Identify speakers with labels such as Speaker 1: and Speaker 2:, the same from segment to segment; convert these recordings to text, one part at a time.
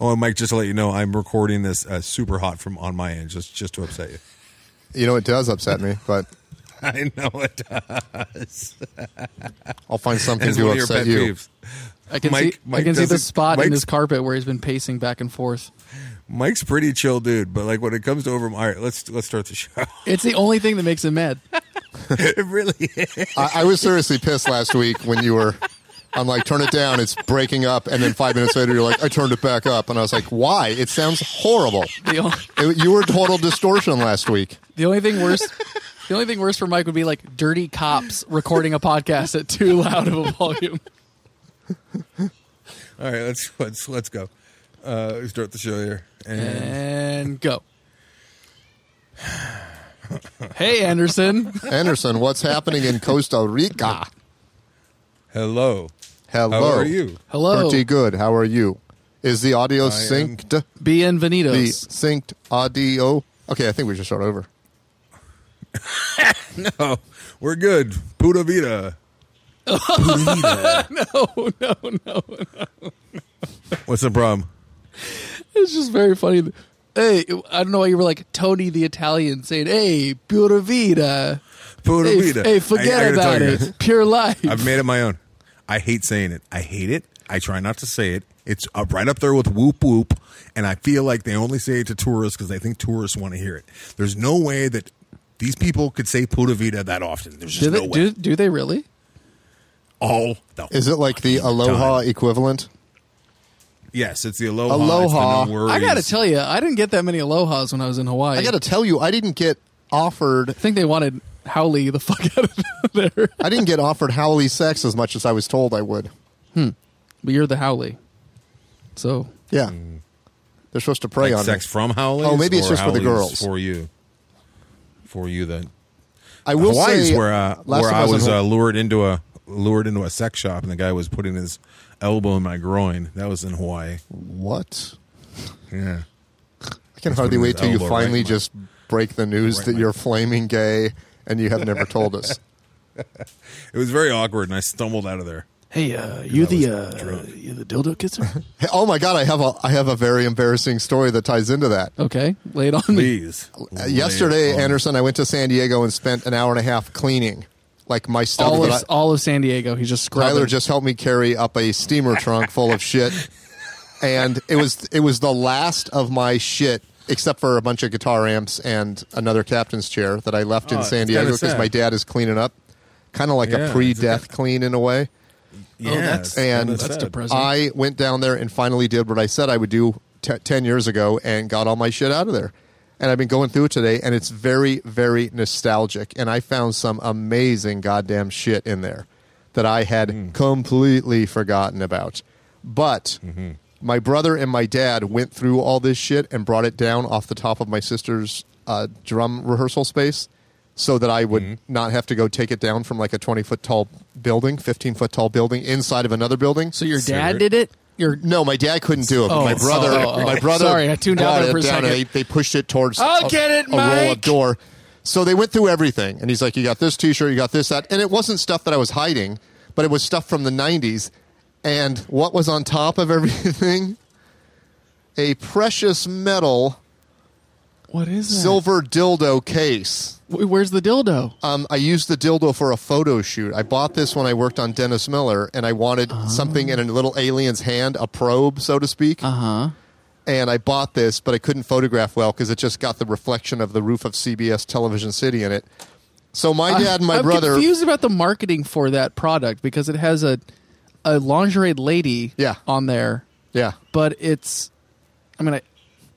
Speaker 1: Oh, and Mike, just to let you know, I'm recording this uh, super hot from on my end, just just to upset you.
Speaker 2: You know, it does upset me, but
Speaker 1: I know it does.
Speaker 2: I'll find something
Speaker 1: It's one
Speaker 2: to
Speaker 1: of your
Speaker 2: upset
Speaker 1: pet
Speaker 2: you.
Speaker 1: peeves.
Speaker 3: I can
Speaker 1: Mike-
Speaker 3: see
Speaker 1: Mike
Speaker 3: I can see the
Speaker 1: doesn't-
Speaker 3: spot in
Speaker 1: Mike's-
Speaker 3: his carpet where he's been pacing back and forth.
Speaker 1: Mike's pretty chill dude, but like when it comes to over, all right, let's let's start the show.
Speaker 3: It's the only thing that makes him mad.
Speaker 1: it really is.
Speaker 2: I, I was seriously pissed last week when you were. I'm like, turn it down. It's breaking up. And then five minutes later, you're like, I turned it back up. And I was like, why? It sounds horrible.
Speaker 3: The only,
Speaker 2: It- you were total distortion last week.
Speaker 3: the only thing worse the only thing worse for Mike would be like dirty cops recording a podcast at too loud of a volume.
Speaker 1: All right, let's let's let's go. Uh, let's start the show here.
Speaker 3: Uh,
Speaker 1: And
Speaker 3: And go. Hey Anderson.
Speaker 2: Anderson, what's happening in Costa Rica?
Speaker 1: hello,
Speaker 2: Hello.
Speaker 1: how are you?
Speaker 3: Hello.
Speaker 2: Pretty good. How are you? Is the audio
Speaker 1: am-
Speaker 2: synced? The
Speaker 3: Bienvenidos.
Speaker 2: synced audio. Okay, I think we should start over.
Speaker 1: No, we're good. Puta vida.
Speaker 3: Oh no, no.
Speaker 1: What's the problem?
Speaker 3: It's just very funny. Hey, I don't know why you were like Tony the Italian saying, "Hey, pura vida."
Speaker 1: Puta
Speaker 3: Hey,
Speaker 1: vida.
Speaker 3: f- hey,
Speaker 1: I-
Speaker 3: forget
Speaker 1: I gotta tell
Speaker 3: about
Speaker 1: you
Speaker 3: it.
Speaker 1: guys.
Speaker 3: Pure life.
Speaker 1: I've made it my own. I hate saying it. I hate it. I try not to say it. It's up right up there with whoop whoop, and I feel like they only say it to tourists because they think tourists want to hear it. There's no way that these people could say Puta Vida that often. There's just
Speaker 3: do they
Speaker 1: no way.
Speaker 3: do, do they really?
Speaker 1: All the
Speaker 2: Is it like the
Speaker 1: fucking
Speaker 2: aloha
Speaker 1: time.
Speaker 2: equivalent?
Speaker 1: Yes, it's the aloha.
Speaker 2: Aloha.
Speaker 1: It's the no worries.
Speaker 3: I gotta tell you, I didn't get that many alohas when I was in Hawaii.
Speaker 2: I got to tell you, I didn't get offered.
Speaker 3: I think they wanted Howley the fuck out of there.
Speaker 2: I didn't get offered Howley sex as much as I was told I would.
Speaker 3: But you're the Howley, so
Speaker 2: Yeah, they're supposed to prey
Speaker 1: Like
Speaker 2: on
Speaker 1: sex
Speaker 2: me.
Speaker 1: from Howley's.
Speaker 2: Oh, maybe it's
Speaker 1: or
Speaker 2: just for the
Speaker 1: Howley's
Speaker 2: girls.
Speaker 1: For you, for you then.
Speaker 2: I will
Speaker 1: Hawaii's
Speaker 2: say,
Speaker 1: where uh,
Speaker 2: last
Speaker 1: where
Speaker 2: time
Speaker 1: I
Speaker 2: in
Speaker 1: was
Speaker 2: Haw-
Speaker 1: uh, lured into a lured into a sex shop, and the guy was putting his elbow in my groin. That was in Hawaii.
Speaker 2: what?
Speaker 1: Yeah,
Speaker 2: I can
Speaker 1: That's
Speaker 2: hardly
Speaker 1: what it
Speaker 2: wait
Speaker 1: is,
Speaker 2: till you
Speaker 1: elbow, right
Speaker 2: finally
Speaker 1: in my-
Speaker 2: just break the news
Speaker 1: right in
Speaker 2: that
Speaker 1: my-
Speaker 2: you're flaming gay and you have never told us.
Speaker 1: it was very awkward, and I stumbled out of there.
Speaker 3: hey, uh, you
Speaker 1: I was
Speaker 3: the uh,
Speaker 1: drunk.
Speaker 3: you the dildo kisser?
Speaker 2: Hey, oh my god, I have a I have a very embarrassing story that ties into that.
Speaker 3: okay, lay it on me.
Speaker 1: Please.
Speaker 2: Uh, Yesterday,
Speaker 1: Lay it on.
Speaker 2: Anderson, I went to San Diego and spent an hour and a half cleaning, like my stuff.
Speaker 3: All of,
Speaker 2: that I,
Speaker 3: all of San Diego, he's just scrubbing.
Speaker 2: Tyler just helped me carry up a steamer trunk full of shit, and it was it was the last of my shit, except for a bunch of guitar amps and another captain's chair that I left
Speaker 1: Oh,
Speaker 2: in San
Speaker 1: it's kinda
Speaker 2: Diego because
Speaker 1: sad.
Speaker 2: my dad is cleaning up, kind of like
Speaker 1: Yeah,
Speaker 2: a
Speaker 1: it's
Speaker 2: pre-death clean in a way.
Speaker 1: Yeah,
Speaker 3: Oh, that's-
Speaker 1: kinda
Speaker 2: and-
Speaker 3: That's
Speaker 1: sad.
Speaker 3: depressing.
Speaker 2: I went down there and finally did what I said I would do t- 10 years ago and got all my shit out of there. And I've been going through it today, and it's very, very nostalgic. And I found some amazing goddamn shit in there that I had completely forgotten about. But my brother and my dad went through all this shit and brought it down off the top of my sister's uh, drum rehearsal space so that I would not have to go take it down from like a 20 foot tall building, 15 foot tall building inside of another building.
Speaker 3: so your dad
Speaker 1: Sir.
Speaker 3: did it. Your
Speaker 2: No, my dad couldn't do it. but
Speaker 3: Oh,
Speaker 2: my brother,
Speaker 3: oh, oh,
Speaker 2: my
Speaker 3: oh.
Speaker 2: brother.
Speaker 3: Sorry, I tuned out
Speaker 2: brought
Speaker 3: there for
Speaker 2: it
Speaker 3: a
Speaker 2: down and
Speaker 3: second.
Speaker 2: They, they pushed it towards.
Speaker 3: I'll
Speaker 2: a,
Speaker 3: get it,
Speaker 2: a roll
Speaker 3: Mike.
Speaker 2: of door. So they went through everything, and he's like, "You got this T-shirt, you got this that," and it wasn't stuff that I was hiding, but it was stuff from the '90s. And what was on top of everything? A precious metal
Speaker 3: what is that?
Speaker 2: silver dildo case.
Speaker 3: Wh- Where's the dildo?
Speaker 2: Um, I used the dildo for a photo shoot. I bought this when I worked on Dennis Miller, and I wanted
Speaker 1: Ah.
Speaker 2: something in a little alien's hand, a probe, so to speak.
Speaker 3: Uh
Speaker 1: Uh-huh.
Speaker 3: huh.
Speaker 2: and I bought this, but I couldn't photograph well because it just got the reflection of the roof of CBS Television City in it. So my dad and my
Speaker 3: I'm
Speaker 2: brother,
Speaker 3: confused about the marketing for that product because it has a a lingerie lady
Speaker 2: Yeah.
Speaker 3: on there,
Speaker 2: yeah,
Speaker 3: but it's I mean, I,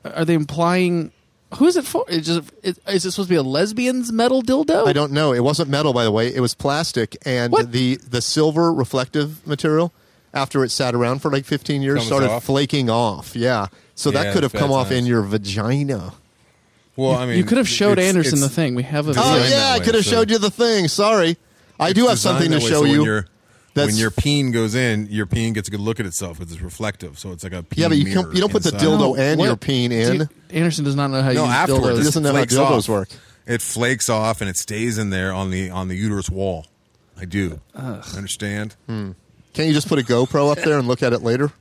Speaker 3: are they implying who is it for? Is, just, is, is it supposed to be a lesbian's metal dildo?
Speaker 2: I don't know. It wasn't metal, by the way. It was plastic, and
Speaker 3: What?
Speaker 2: the the silver reflective material after it sat around for like 15 years
Speaker 1: Comes
Speaker 2: started
Speaker 1: off.
Speaker 2: flaking off. Yeah, so
Speaker 1: Yeah,
Speaker 2: that could have
Speaker 1: bad
Speaker 2: come off in
Speaker 1: times.
Speaker 2: your vagina.
Speaker 1: Well, I mean,
Speaker 3: you could have showed
Speaker 1: it's-
Speaker 3: Anderson the
Speaker 1: it's-
Speaker 3: thing. We have a
Speaker 1: Designed
Speaker 2: Oh
Speaker 3: video.
Speaker 1: that
Speaker 2: yeah, I
Speaker 1: way,
Speaker 2: could have
Speaker 1: so-
Speaker 2: showed you the thing. Sorry, I do have
Speaker 1: designed
Speaker 2: something to
Speaker 1: that way,
Speaker 2: show
Speaker 1: so
Speaker 2: you.
Speaker 1: When, your-
Speaker 2: That's-
Speaker 1: when your peen goes in, your peen gets a good look at itself because it's reflective. So it's like a peen
Speaker 2: yeah, but you can't,
Speaker 1: mirror
Speaker 2: you don't put the
Speaker 1: inside.
Speaker 2: dildo and
Speaker 3: What?
Speaker 2: your peen
Speaker 3: Do
Speaker 2: in.
Speaker 3: you- Anderson does not know how to
Speaker 1: No,
Speaker 3: use
Speaker 1: afterwards
Speaker 2: He
Speaker 1: it
Speaker 3: dildos.
Speaker 2: doesn't know how
Speaker 1: flakes
Speaker 2: dildos
Speaker 1: off.
Speaker 2: work.
Speaker 1: It flakes off and it stays in there on the on the uterus wall. I do understand.
Speaker 2: Hmm. Can't you just put a GoPro up there and look at it later?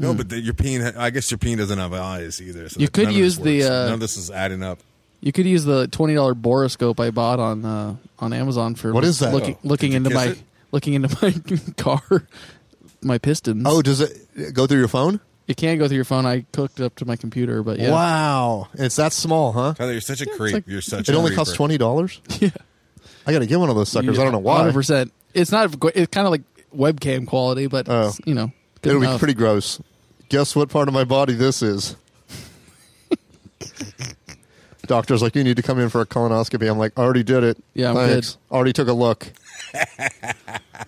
Speaker 1: No, but the, your peen. I guess your peen doesn't have eyes either. So
Speaker 3: You
Speaker 1: that-
Speaker 3: could
Speaker 1: none of this
Speaker 3: use the,
Speaker 1: works.
Speaker 3: uh,
Speaker 1: none of this is adding up.
Speaker 3: You could use the twenty dollar boroscope I bought on uh, on Amazon for
Speaker 2: What is that?
Speaker 3: Looking,
Speaker 2: Oh,
Speaker 3: looking
Speaker 1: did you
Speaker 3: into
Speaker 1: kiss
Speaker 3: my
Speaker 1: it?
Speaker 3: looking into my car, my pistons.
Speaker 2: Oh, does it go through your phone?
Speaker 3: it can go through your phone. I hooked it up to my computer, but yeah,
Speaker 2: Wow, it's that small, huh?
Speaker 1: Tyler, you're such a creep.
Speaker 3: like-
Speaker 1: you're such.
Speaker 2: It
Speaker 1: a
Speaker 2: only
Speaker 1: creeper.
Speaker 2: costs twenty dollars.
Speaker 3: yeah,
Speaker 2: I got to get one of those suckers. I don't know why.
Speaker 3: Hundred percent. It's not. It's kind of like webcam quality, but
Speaker 2: Oh.
Speaker 3: it's, you know, good
Speaker 2: It'll be
Speaker 3: enough.
Speaker 2: pretty gross. Guess what part of my body this is? Doctor's like, you need to come in for a colonoscopy. I'm like, I already did it.
Speaker 3: Yeah, I'm
Speaker 2: Thanks. Already took a look.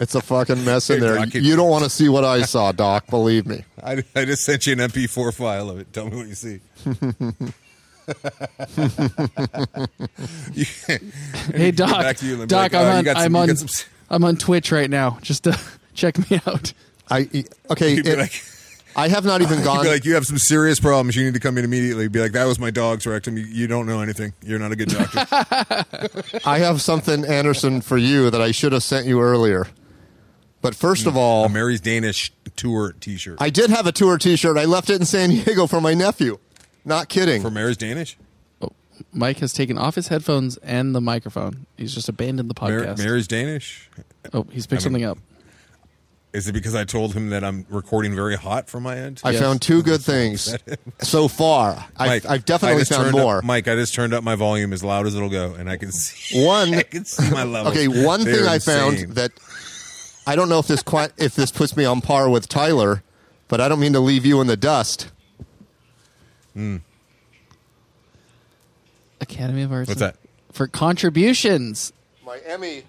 Speaker 2: it's a fucking mess
Speaker 1: Hey,
Speaker 2: in there.
Speaker 1: Doc, you-
Speaker 2: you don't want to see what I saw, Doc. Believe me.
Speaker 1: I, I just sent you an MP4 file of it. Tell me what you see.
Speaker 3: Hey Doc,
Speaker 1: back to you and be
Speaker 3: Doc,
Speaker 1: like,
Speaker 3: I'm
Speaker 1: uh, you
Speaker 3: on.
Speaker 1: got some-
Speaker 3: I'm
Speaker 1: you
Speaker 3: on.
Speaker 1: got some-
Speaker 3: I'm on Twitch right now. Just uh, check me out.
Speaker 2: I e, okay.
Speaker 1: You'd be
Speaker 2: it-
Speaker 1: like,
Speaker 2: I have not even
Speaker 1: you'd
Speaker 2: gone.
Speaker 1: be like, you have some serious problems. You need to come in immediately. Be like, that was my dog's rectum. You, you don't know anything. You're not a good doctor.
Speaker 2: I have something, Anderson, for you that I should have sent you earlier. But first of all,
Speaker 1: a Oh, Mary's Danish tour T-shirt
Speaker 2: I did have a tour T-shirt. I left it in San Diego for my nephew. Not kidding.
Speaker 1: for Mary's Danish.
Speaker 3: Oh, Mike has taken off his headphones and the microphone. He's just abandoned the
Speaker 1: Mar-
Speaker 3: podcast.
Speaker 1: Mary's Danish.
Speaker 3: oh, he's picked something up.
Speaker 1: Is it because I told him that I'm recording very hot from my end?
Speaker 2: I
Speaker 3: Yes.
Speaker 2: found two good things so far. I've, I've definitely
Speaker 1: I just
Speaker 2: found
Speaker 1: turned up-
Speaker 2: more.
Speaker 1: Mike, I just turned up my volume as loud as it'll go, and I can see
Speaker 2: One-
Speaker 1: I can see my level.
Speaker 2: okay, one thing I found that I don't know if this quite, if this puts me on par with Tyler, but I don't mean to leave you in the dust.
Speaker 3: Academy of Arts.
Speaker 1: What's
Speaker 3: and-
Speaker 1: that?
Speaker 3: For contributions.
Speaker 2: My Emmy,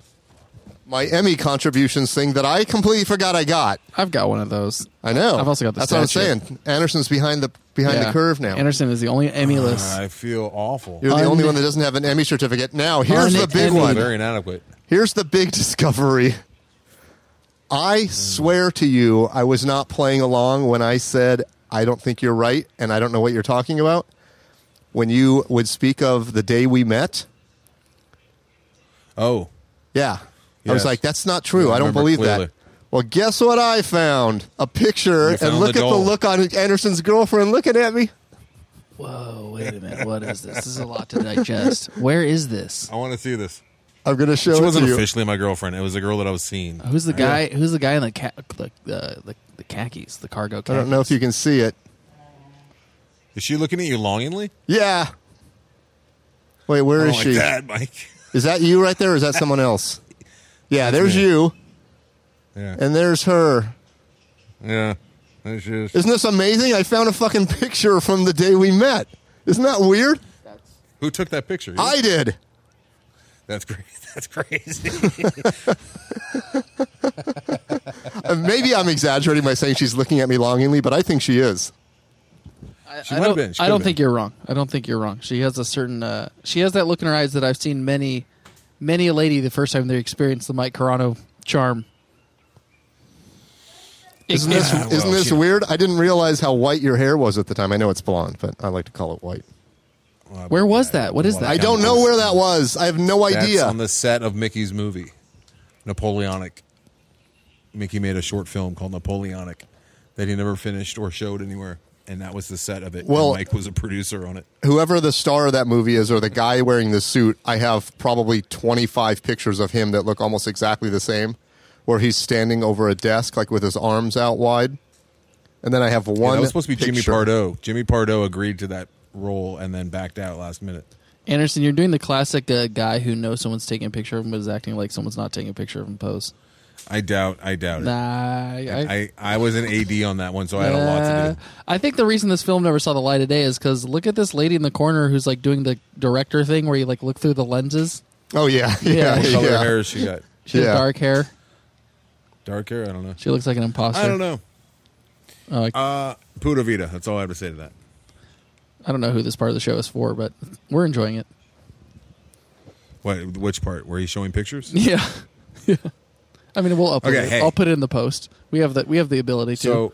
Speaker 2: my Emmy contributions thing that I completely forgot I got.
Speaker 3: I've got one of those.
Speaker 2: I know.
Speaker 3: I've also got the
Speaker 2: That's what I'm
Speaker 3: statue.
Speaker 2: saying. Anderson's behind the behind the
Speaker 3: Yeah.
Speaker 2: curve now.
Speaker 3: Anderson is the only Emmy list.
Speaker 1: I feel awful.
Speaker 2: You're the
Speaker 3: Un-
Speaker 2: only one that doesn't have an Emmy certificate. Now here's the big
Speaker 3: Un-Emmy.
Speaker 2: one.
Speaker 1: very inadequate.
Speaker 2: Here's the big discovery. I swear to you, I was not playing along when I said, I don't think you're right, and I don't know what you're talking about. When you would speak of the day we met,
Speaker 1: Oh,
Speaker 2: yeah. I was
Speaker 1: Yes.
Speaker 2: like, that's not true.
Speaker 1: I
Speaker 2: I, don't
Speaker 1: remember
Speaker 2: believe
Speaker 1: clearly.
Speaker 2: that. Well, guess what I found? A picture,
Speaker 1: You
Speaker 2: and
Speaker 1: found
Speaker 2: look
Speaker 1: the
Speaker 2: at the
Speaker 1: doll.
Speaker 2: look on Anderson's girlfriend looking at me.
Speaker 3: Whoa, wait a minute. What is this? This is a lot to digest. Where is this?
Speaker 1: I want to see this.
Speaker 2: I'm going to show
Speaker 1: She
Speaker 2: it to
Speaker 1: wasn't
Speaker 2: you.
Speaker 1: officially my girlfriend. It was a girl that I was seeing.
Speaker 3: Who's the guy? Who's the guy in the ca- the, uh, the the khakis, the cargo?
Speaker 2: I
Speaker 3: Khakis?
Speaker 2: don't know if you can see it.
Speaker 1: Is she looking at you longingly?
Speaker 2: Yeah. Wait, where
Speaker 1: I
Speaker 2: is
Speaker 1: don't
Speaker 2: she?
Speaker 1: Like that, Mike.
Speaker 2: Is that you right there, or is that someone else? Yeah, there's
Speaker 1: me.
Speaker 2: you,
Speaker 1: Yeah.
Speaker 2: and there's her.
Speaker 1: yeah. There she is.
Speaker 2: Isn't this amazing? I found a fucking picture from the day we met. Isn't that weird?
Speaker 1: Who took that picture? You?
Speaker 2: I did.
Speaker 1: That's great. That's crazy.
Speaker 2: Uh, Maybe I'm exaggerating by saying she's looking at me longingly, but I think she is.
Speaker 3: I,
Speaker 1: She
Speaker 3: I
Speaker 1: might have
Speaker 3: don't,
Speaker 1: been. She
Speaker 3: I
Speaker 1: could
Speaker 3: don't
Speaker 1: have
Speaker 3: think
Speaker 1: been.
Speaker 3: you're wrong. I don't think you're wrong. She has a certain. Uh, she has that look in her eyes that I've seen many, many a lady the first time they experienced the Mike Carano charm.
Speaker 2: Isn't this,
Speaker 1: Yeah, well,
Speaker 2: isn't this
Speaker 1: she-
Speaker 2: weird? I didn't realize how white your hair was at the time. I know it's blonde, but I like to call it white.
Speaker 1: Well,
Speaker 3: Where
Speaker 1: bet
Speaker 3: was
Speaker 1: you
Speaker 3: that? What is that?
Speaker 2: I don't know where that was. I have no
Speaker 1: That's
Speaker 2: idea.
Speaker 1: on the set of Mickey's movie, Napoleonic. Mickey made a short film called Napoleonic that he never finished or showed anywhere, and that was the set of it. and
Speaker 2: Well-
Speaker 1: Mike was a producer on it.
Speaker 2: Whoever the star of that movie is, or the guy wearing the suit, I have probably 25 pictures of him that look almost exactly the same, where he's standing over a desk, like with his arms out wide. And then I have
Speaker 1: Yeah,
Speaker 2: one.
Speaker 1: that was supposed to be Jimmy
Speaker 2: picture.
Speaker 1: Pardo. Jimmy Pardo agreed to that role and then backed out last minute.
Speaker 3: Anderson, you're doing the classic uh, guy who knows someone's taking a picture of him but is acting like someone's not taking a picture of him pose.
Speaker 1: I doubt. I doubt
Speaker 3: Nah,
Speaker 1: it.
Speaker 3: I,
Speaker 1: I, I was an AD on that one, so I had a lot to do.
Speaker 3: Uh, I think the reason this film never saw the light of day is because look at this lady in the corner who's like doing the director thing where you like look through the lenses.
Speaker 2: Oh, yeah.
Speaker 3: Yeah.
Speaker 2: Yeah.
Speaker 1: What color
Speaker 2: yeah.
Speaker 1: hair has she got?
Speaker 3: She
Speaker 2: Yeah.
Speaker 3: has dark hair.
Speaker 1: Dark hair? I don't know.
Speaker 3: She looks like an imposter.
Speaker 1: I don't know.
Speaker 3: Oh, I,
Speaker 1: Uh, Pura Vida. That's all I have to say to that.
Speaker 3: I don't know who this part of the show is for, but we're enjoying it.
Speaker 1: What? Which part? Were he showing pictures?
Speaker 3: Yeah. yeah. I mean, we'll upload
Speaker 1: Okay,
Speaker 3: it.
Speaker 1: hey.
Speaker 3: I'll put it in the post. We have the we have the ability to.
Speaker 1: So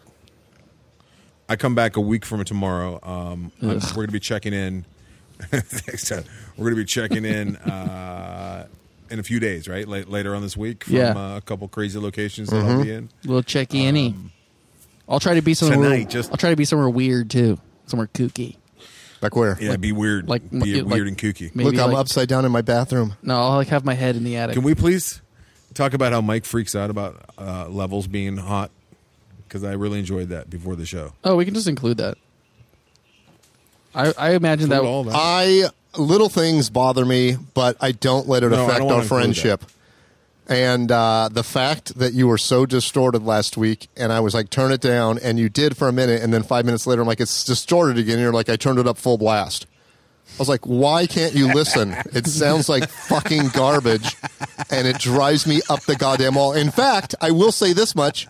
Speaker 1: I come back a week from tomorrow. Um, I'm-
Speaker 3: Ugh.
Speaker 1: we're going to be checking in. Next time. We're going to be checking in uh, in a few days, right? Late, later on this week from
Speaker 3: Yeah.
Speaker 1: uh, a couple crazy locations that I'll be in.
Speaker 3: We'll check any. I'll try to be somewhere.
Speaker 1: Tonight, just-
Speaker 3: I'll try to be somewhere weird too, somewhere kooky.
Speaker 2: Like where?
Speaker 1: Yeah, be weird.
Speaker 3: like-
Speaker 1: Like be
Speaker 3: like-
Speaker 1: weird and kooky.
Speaker 3: Maybe
Speaker 2: Look, I'm
Speaker 3: like-
Speaker 2: upside down in my bathroom.
Speaker 3: No, I'll like have my head in the attic.
Speaker 1: Can we please talk about how Mike freaks out about uh, levels being hot? Because I really enjoyed that before the show.
Speaker 3: oh, we can just include that. I, I imagine that.
Speaker 1: Include all that.
Speaker 2: I little things bother me, but I don't let it
Speaker 1: No, I
Speaker 2: affect
Speaker 1: don't wanna
Speaker 2: our
Speaker 1: include
Speaker 2: friendship. And uh, the fact that you were so distorted last week, and I was like, "Turn it down," and you did for a minute, and then five minutes later, I'm like, "It's distorted again." And you're like, "I turned it up full blast." I was like, "Why can't you listen? It sounds like fucking garbage, and it drives me up the goddamn wall." In fact, I will say this much: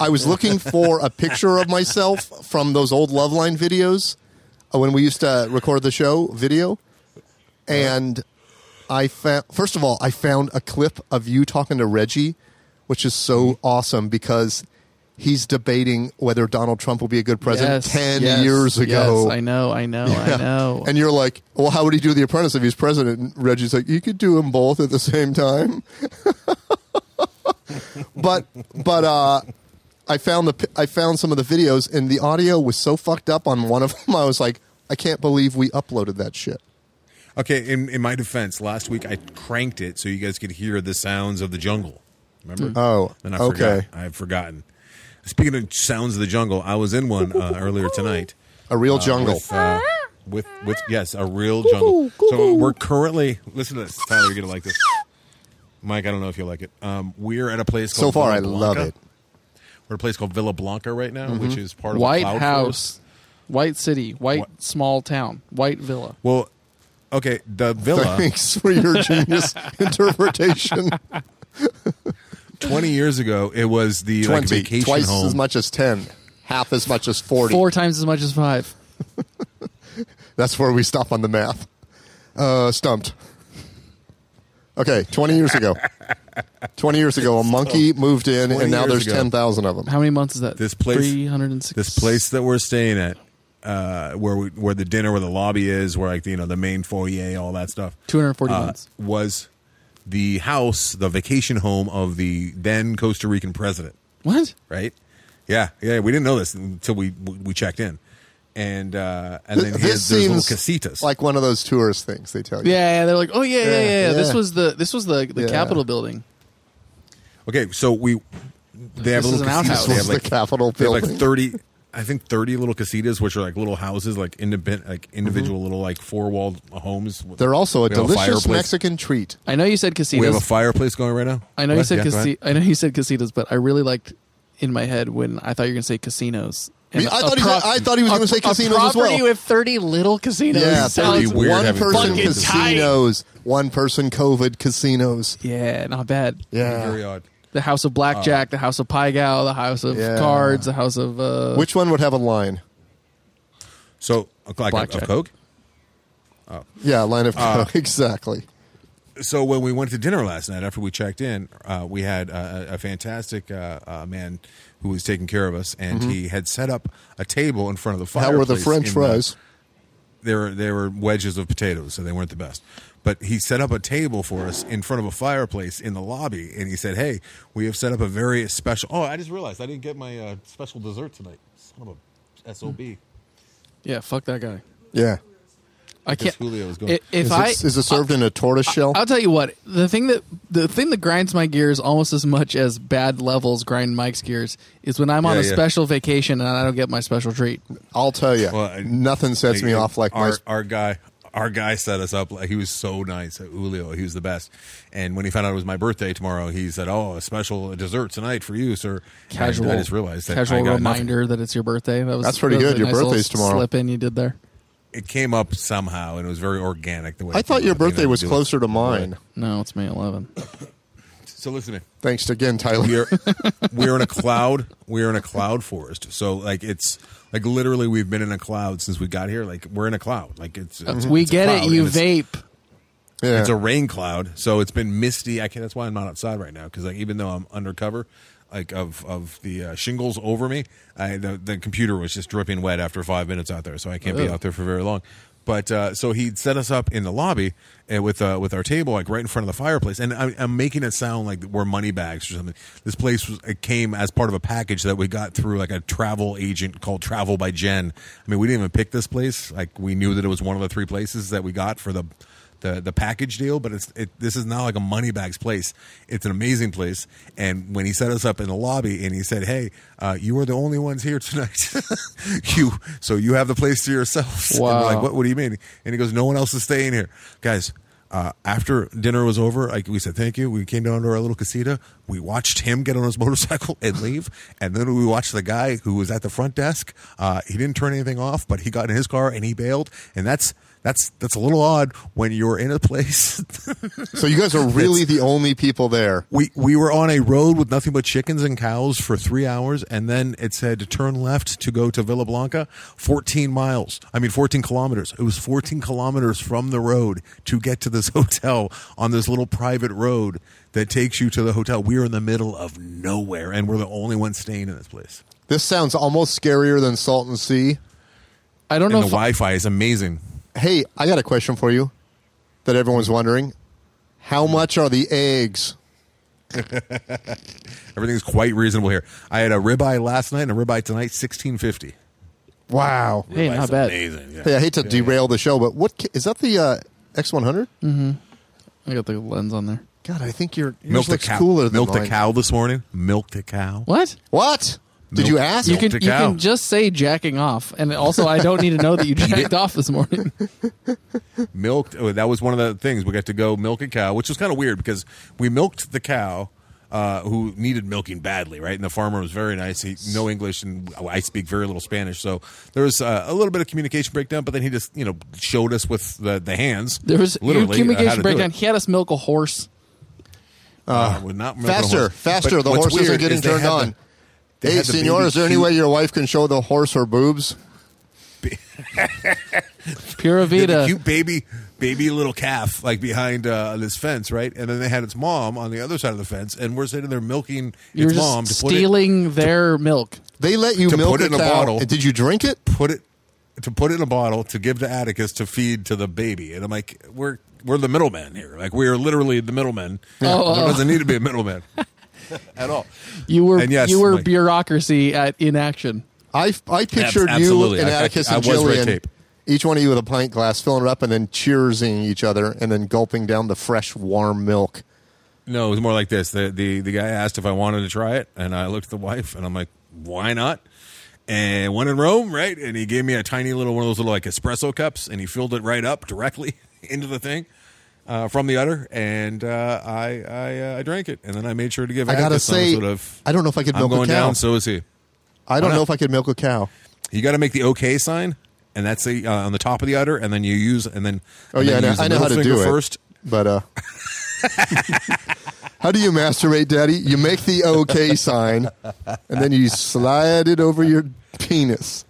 Speaker 2: I was looking for a picture of myself from those old Loveline videos uh, when we used to record the show video, and I found. First of all, I found a clip of you talking to Reggie, which is so
Speaker 3: Mm-hmm.
Speaker 2: awesome because he's debating whether Donald Trump will be a good president
Speaker 3: Yes,
Speaker 2: ten
Speaker 3: yes,
Speaker 2: years ago.
Speaker 3: yes, I know, I know, I know.
Speaker 2: And you're like, well, how would he do The Apprentice if he's president? And Reggie's like, you could do them both at the same time. but but uh, I found the pi- I found some of the videos, and the audio was so fucked up on one of them. I was like, I can't believe we uploaded that shit.
Speaker 1: Okay, in, in my defense, last week I cranked it so you guys could hear the sounds of the jungle. Remember?
Speaker 2: Oh,
Speaker 1: and I
Speaker 2: okay.
Speaker 1: forgot. I've forgotten. Speaking of sounds of the jungle, I was in one uh, earlier tonight.
Speaker 2: A real jungle.
Speaker 1: With, uh, with with yes, a real jungle. So uh, we're currently listen to this, Tyler. You're gonna like this, Mike. I don't know if you'll like it. Um, we're at a place
Speaker 2: so
Speaker 1: called
Speaker 2: far, I
Speaker 1: Villa
Speaker 2: love
Speaker 1: Blanca.
Speaker 2: it.
Speaker 1: We're at a place called Villa Blanca right now,
Speaker 2: Mm-hmm.
Speaker 1: which is part of the
Speaker 3: White
Speaker 1: Cloud Forest.
Speaker 3: House, White City, White
Speaker 1: What?
Speaker 3: small town, White Villa.
Speaker 1: Well, okay, the villa.
Speaker 2: Thanks for your genius interpretation.
Speaker 1: Twenty years ago, it was the like,
Speaker 2: Twenty,
Speaker 1: vacation
Speaker 2: twice
Speaker 1: home.
Speaker 2: as much as ten, half as much as forty.
Speaker 3: Four times as much as five.
Speaker 2: That's where we stop on the math. Uh, stumped. Okay, 20 years ago. 20 years ago, a monkey moved in,
Speaker 1: 20
Speaker 2: and now
Speaker 1: years
Speaker 2: there's
Speaker 1: ago.
Speaker 2: 10,000 of them.
Speaker 3: How many months is that?
Speaker 1: This place-
Speaker 3: Three hundred and six.
Speaker 1: this place that we're staying at, uh, where we, where the dinner, where the lobby is, where like you know the main foyer, all that stuff.
Speaker 3: 240
Speaker 1: uh,
Speaker 3: months.
Speaker 1: was the house, the vacation home of the then Costa Rican president.
Speaker 3: What?
Speaker 1: Right? Yeah, yeah. We didn't know this until we we checked in, and uh, and then he
Speaker 2: This
Speaker 1: has those little
Speaker 2: seems
Speaker 1: casitas.
Speaker 2: like one of those tourist things they tell you.
Speaker 3: Yeah, they're like, oh yeah, yeah, yeah. yeah. This
Speaker 2: yeah.
Speaker 3: was the this was the the
Speaker 2: Yeah.
Speaker 3: Capitol building.
Speaker 1: okay, so we they have
Speaker 3: This
Speaker 1: little
Speaker 3: is an
Speaker 1: casitas.
Speaker 3: outhouse.
Speaker 1: They have
Speaker 2: This is
Speaker 1: like
Speaker 2: the Capitol
Speaker 1: they have
Speaker 2: building.
Speaker 1: like thirty. I think thirty little casitas, which are like little houses, like independent, like individual
Speaker 3: Mm-hmm.
Speaker 1: little like four walled homes. with-
Speaker 2: They're also a
Speaker 1: We have a
Speaker 2: delicious
Speaker 1: fireplace.
Speaker 2: Mexican treat.
Speaker 3: I know you said
Speaker 1: we have a
Speaker 3: casitas.
Speaker 1: fireplace going right now.
Speaker 3: I know you
Speaker 1: What?
Speaker 3: said
Speaker 1: Yeah, go ahead.
Speaker 3: casi- I know you said casitas, but I really liked in my head when I thought you were going to say casinos.
Speaker 2: Me- I thought he said- I thought he was gonna say casinos as
Speaker 3: A property
Speaker 2: well.
Speaker 3: with thirty little casinos.
Speaker 2: Yeah,
Speaker 1: That'd
Speaker 3: sounds,
Speaker 1: be weird
Speaker 2: one
Speaker 1: having
Speaker 2: person
Speaker 1: fucking
Speaker 2: casinos, one person COVID casinos.
Speaker 3: yeah, not bad.
Speaker 2: Yeah.
Speaker 1: Very
Speaker 3: uh,
Speaker 1: odd.
Speaker 3: The House of
Speaker 1: Uh,
Speaker 3: Blackjack, the House of Pie Gal, the House of
Speaker 2: Yeah.
Speaker 3: Cards, the House of uh,
Speaker 2: Which one would have a line?
Speaker 1: So, like a,
Speaker 3: Blackjack.
Speaker 1: a coke.
Speaker 2: Yeah, a line of
Speaker 1: Uh,
Speaker 2: exactly.
Speaker 1: so when we went to dinner last night after we checked in, uh, we had uh, a, a fantastic uh, uh, man who was taking care of us,
Speaker 3: Mm-hmm.
Speaker 1: and he had set up a table in front of the fire.
Speaker 2: How were the French fries?
Speaker 1: There were there were wedges of potatoes, so they weren't the best. But he set up a table for us in front of a fireplace in the lobby, and he said, "Hey, we have set up a very special." Oh, I just realized I didn't get my uh, special dessert tonight. Son of a sob.
Speaker 2: Mm.
Speaker 3: yeah, fuck that guy.
Speaker 2: Yeah.
Speaker 3: I
Speaker 1: guess
Speaker 3: can't.
Speaker 1: Julio was going-
Speaker 3: I- If
Speaker 2: Is
Speaker 3: I
Speaker 2: it, is it served in a tortoise shell?
Speaker 3: I'll tell you what the thing that the thing that grinds my gears almost as much as bad levels grind Mike's gears is when I'm on
Speaker 1: Yeah,
Speaker 3: a
Speaker 1: yeah.
Speaker 3: special vacation and I don't get my special treat.
Speaker 2: I'll tell you,
Speaker 1: Well, I-
Speaker 2: nothing sets me
Speaker 1: Like,
Speaker 2: off like
Speaker 1: our
Speaker 2: my
Speaker 1: our guy. Our guy set us up. Like, he was so nice, uh, Julio. He was the best. And when he found out it was my birthday tomorrow, he said, "Oh, a special dessert tonight for you, sir." And
Speaker 3: Casual.
Speaker 1: I just realized that
Speaker 3: casual
Speaker 1: I got nothing.
Speaker 3: reminder that it's your birthday. That was
Speaker 2: That's pretty
Speaker 3: that was
Speaker 2: good.
Speaker 3: a
Speaker 2: Your
Speaker 3: nice little
Speaker 2: birthday's tomorrow.
Speaker 3: Slip in you did there.
Speaker 1: It came up somehow, and it was very organic. The way
Speaker 2: I
Speaker 1: it
Speaker 2: thought
Speaker 1: came
Speaker 2: your
Speaker 1: up, you know,
Speaker 2: birthday
Speaker 1: we
Speaker 2: was
Speaker 1: do it.
Speaker 2: closer to mine.
Speaker 3: No, it's May 11.
Speaker 1: So listen to me.
Speaker 2: Thanks again, Tyler.
Speaker 1: we're we're in a cloud we're in a cloud forest so like it's like literally we've been in a cloud since we got here like we're in a cloud like it's it's,
Speaker 3: We
Speaker 1: it's a
Speaker 3: get
Speaker 1: cloud,
Speaker 3: it. You
Speaker 1: and it's-
Speaker 3: vape.
Speaker 2: yeah.
Speaker 1: it's a rain cloud so it's been misty i can't that's why i'm not outside right now because like even though i'm undercover like of of the uh, shingles over me i the, the computer was just dripping wet after five minutes out there so i can't be
Speaker 3: Ugh.
Speaker 1: out there for very long But uh, so he'd set us up in the lobby uh, with uh, with our table, like right in front of the fireplace. And I, I'm making it sound like we're money bags or something. This place was, it came as part of a package that we got through like a travel agent called Travel by Jen. I mean, we didn't even pick this place. Like we knew that it was one of the three places that we got for the the the package deal, but it's it, this is not like a money bags place. It's an amazing place. And when he set us up in the lobby and he said, "Hey, uh, you are the only ones here tonight. you so you have the place to yourselves." And we're
Speaker 2: Wow.
Speaker 1: like what? What do you mean? And he goes, "No one else is staying here, guys." Uh, after dinner was over, like we said, thank you. We came down to our little casita. We watched him get on his motorcycle and leave, and then we watched the guy who was at the front desk. Uh, he didn't turn anything off, but he got in his car and he bailed. And that's that's that's a little odd when you're in a place
Speaker 2: So you guys are really the only people there.
Speaker 1: we we were on a road with nothing but chickens and cows for three hours, and then it said to turn left to go to Villa Blanca, fourteen miles. I mean, fourteen kilometers. It was fourteen kilometers from the road to get to this hotel on this little private road that takes you to the hotel. We are in the middle of nowhere, and we're the only ones staying in this place.
Speaker 2: This sounds almost scarier than Salt and Sea.
Speaker 3: I don't
Speaker 1: And
Speaker 3: know
Speaker 1: the
Speaker 3: if
Speaker 1: Wi-Fi is amazing.
Speaker 2: Hey, I got a question for you that everyone's wondering. How much are the eggs?
Speaker 1: Everything's quite reasonable here. I had a ribeye last night and a ribeye tonight, sixteen fifty.
Speaker 2: Wow.
Speaker 3: Hey, not bad.
Speaker 1: Amazing. yeah.
Speaker 2: Hey, I hate to derail the show, but what ca- is that the uh, X100?
Speaker 3: I got the lens on there.
Speaker 2: God, I think your yours
Speaker 1: Milked a
Speaker 2: looks
Speaker 1: cow.
Speaker 2: cooler than
Speaker 1: milked
Speaker 2: mine.
Speaker 1: a cow this morning. Milked a cow.
Speaker 3: What?
Speaker 2: What? Did
Speaker 1: Milk-
Speaker 2: you ask?
Speaker 3: You can
Speaker 1: the
Speaker 3: you
Speaker 1: cow.
Speaker 3: can just say jacking off, and also I don't need to know that you jacked off this morning.
Speaker 1: milked. oh, That was one of the things we got to go milk a cow, which was kind of weird because we milked the cow uh, who needed milking badly, right? And the farmer was very nice. He no English, and I speak very little Spanish, so there was uh, a little bit of communication breakdown. But then he just you know showed us with the, the hands.
Speaker 3: There was
Speaker 1: literally uh,
Speaker 3: communication
Speaker 1: how to do
Speaker 3: breakdown.
Speaker 1: it.
Speaker 3: He had us milk a horse.
Speaker 1: Uh, we're not milking a
Speaker 2: Faster,
Speaker 1: horse.
Speaker 2: faster,
Speaker 1: But
Speaker 2: the
Speaker 1: what's
Speaker 2: horses are
Speaker 1: weird
Speaker 2: getting
Speaker 1: is they
Speaker 2: turned
Speaker 1: had the-
Speaker 2: on.
Speaker 1: they
Speaker 2: hey,
Speaker 1: had the
Speaker 2: senor,
Speaker 1: baby
Speaker 2: is there any
Speaker 1: cute-
Speaker 2: way your wife can show the horse her boobs?
Speaker 3: Pura
Speaker 1: They had the
Speaker 3: Vida.
Speaker 1: cute baby, baby little calf, like behind uh, this fence, right? And then they had its mom on the other side of the fence, and we're sitting there milking
Speaker 3: You're
Speaker 1: its mom
Speaker 3: just
Speaker 1: to put it
Speaker 3: stealing their milk.
Speaker 2: They let you
Speaker 1: To
Speaker 2: milk
Speaker 1: put it in
Speaker 2: cow.
Speaker 1: a bottle.
Speaker 2: Did you drink it?
Speaker 1: put it to put it in a bottle to give to Atticus to feed to the baby. And I'm like, we're we're the middleman here. Like we are literally the middleman.
Speaker 3: Oh,
Speaker 1: there
Speaker 3: oh.
Speaker 1: doesn't need to be a middleman at all.
Speaker 3: You were
Speaker 1: And yes,
Speaker 3: you were
Speaker 1: Mike.
Speaker 3: bureaucracy at, in action.
Speaker 2: I, I pictured you
Speaker 1: absolutely.
Speaker 2: and
Speaker 1: I- I-
Speaker 2: Atticus
Speaker 1: I
Speaker 2: and
Speaker 1: was red
Speaker 2: Jillian,
Speaker 1: tape.
Speaker 2: each one of you with a pint glass, filling it up and then cheersing each other and then gulping down the fresh, warm milk.
Speaker 1: No, it was more like this. The the the guy asked if I wanted to try it, and I looked at the wife, and I'm like, why not? And when in Rome, right? And he gave me a tiny little one of those little like espresso cups, and he filled it right up directly into the thing. Uh, from the udder, and uh, I I, uh, I drank it, and then I made sure to give.
Speaker 2: I gotta
Speaker 1: Atticus some
Speaker 2: say,
Speaker 1: sort of,
Speaker 2: I don't know if I could
Speaker 1: I'm
Speaker 2: milk a
Speaker 1: going
Speaker 2: cow.
Speaker 1: down. So is he.
Speaker 2: I don't
Speaker 1: Why
Speaker 2: know
Speaker 1: not?
Speaker 2: if I could milk a cow.
Speaker 1: You got to make the OK sign, and that's the uh, on the top of the udder, and then you use and then.
Speaker 2: Oh
Speaker 1: and
Speaker 2: yeah, I
Speaker 1: then you
Speaker 2: know,
Speaker 1: use the
Speaker 2: I know how
Speaker 1: middle
Speaker 2: to do
Speaker 1: finger
Speaker 2: it.
Speaker 1: first.
Speaker 2: but uh, how do you masturbate, Daddy? You make the OK sign, and then you slide it over your penis.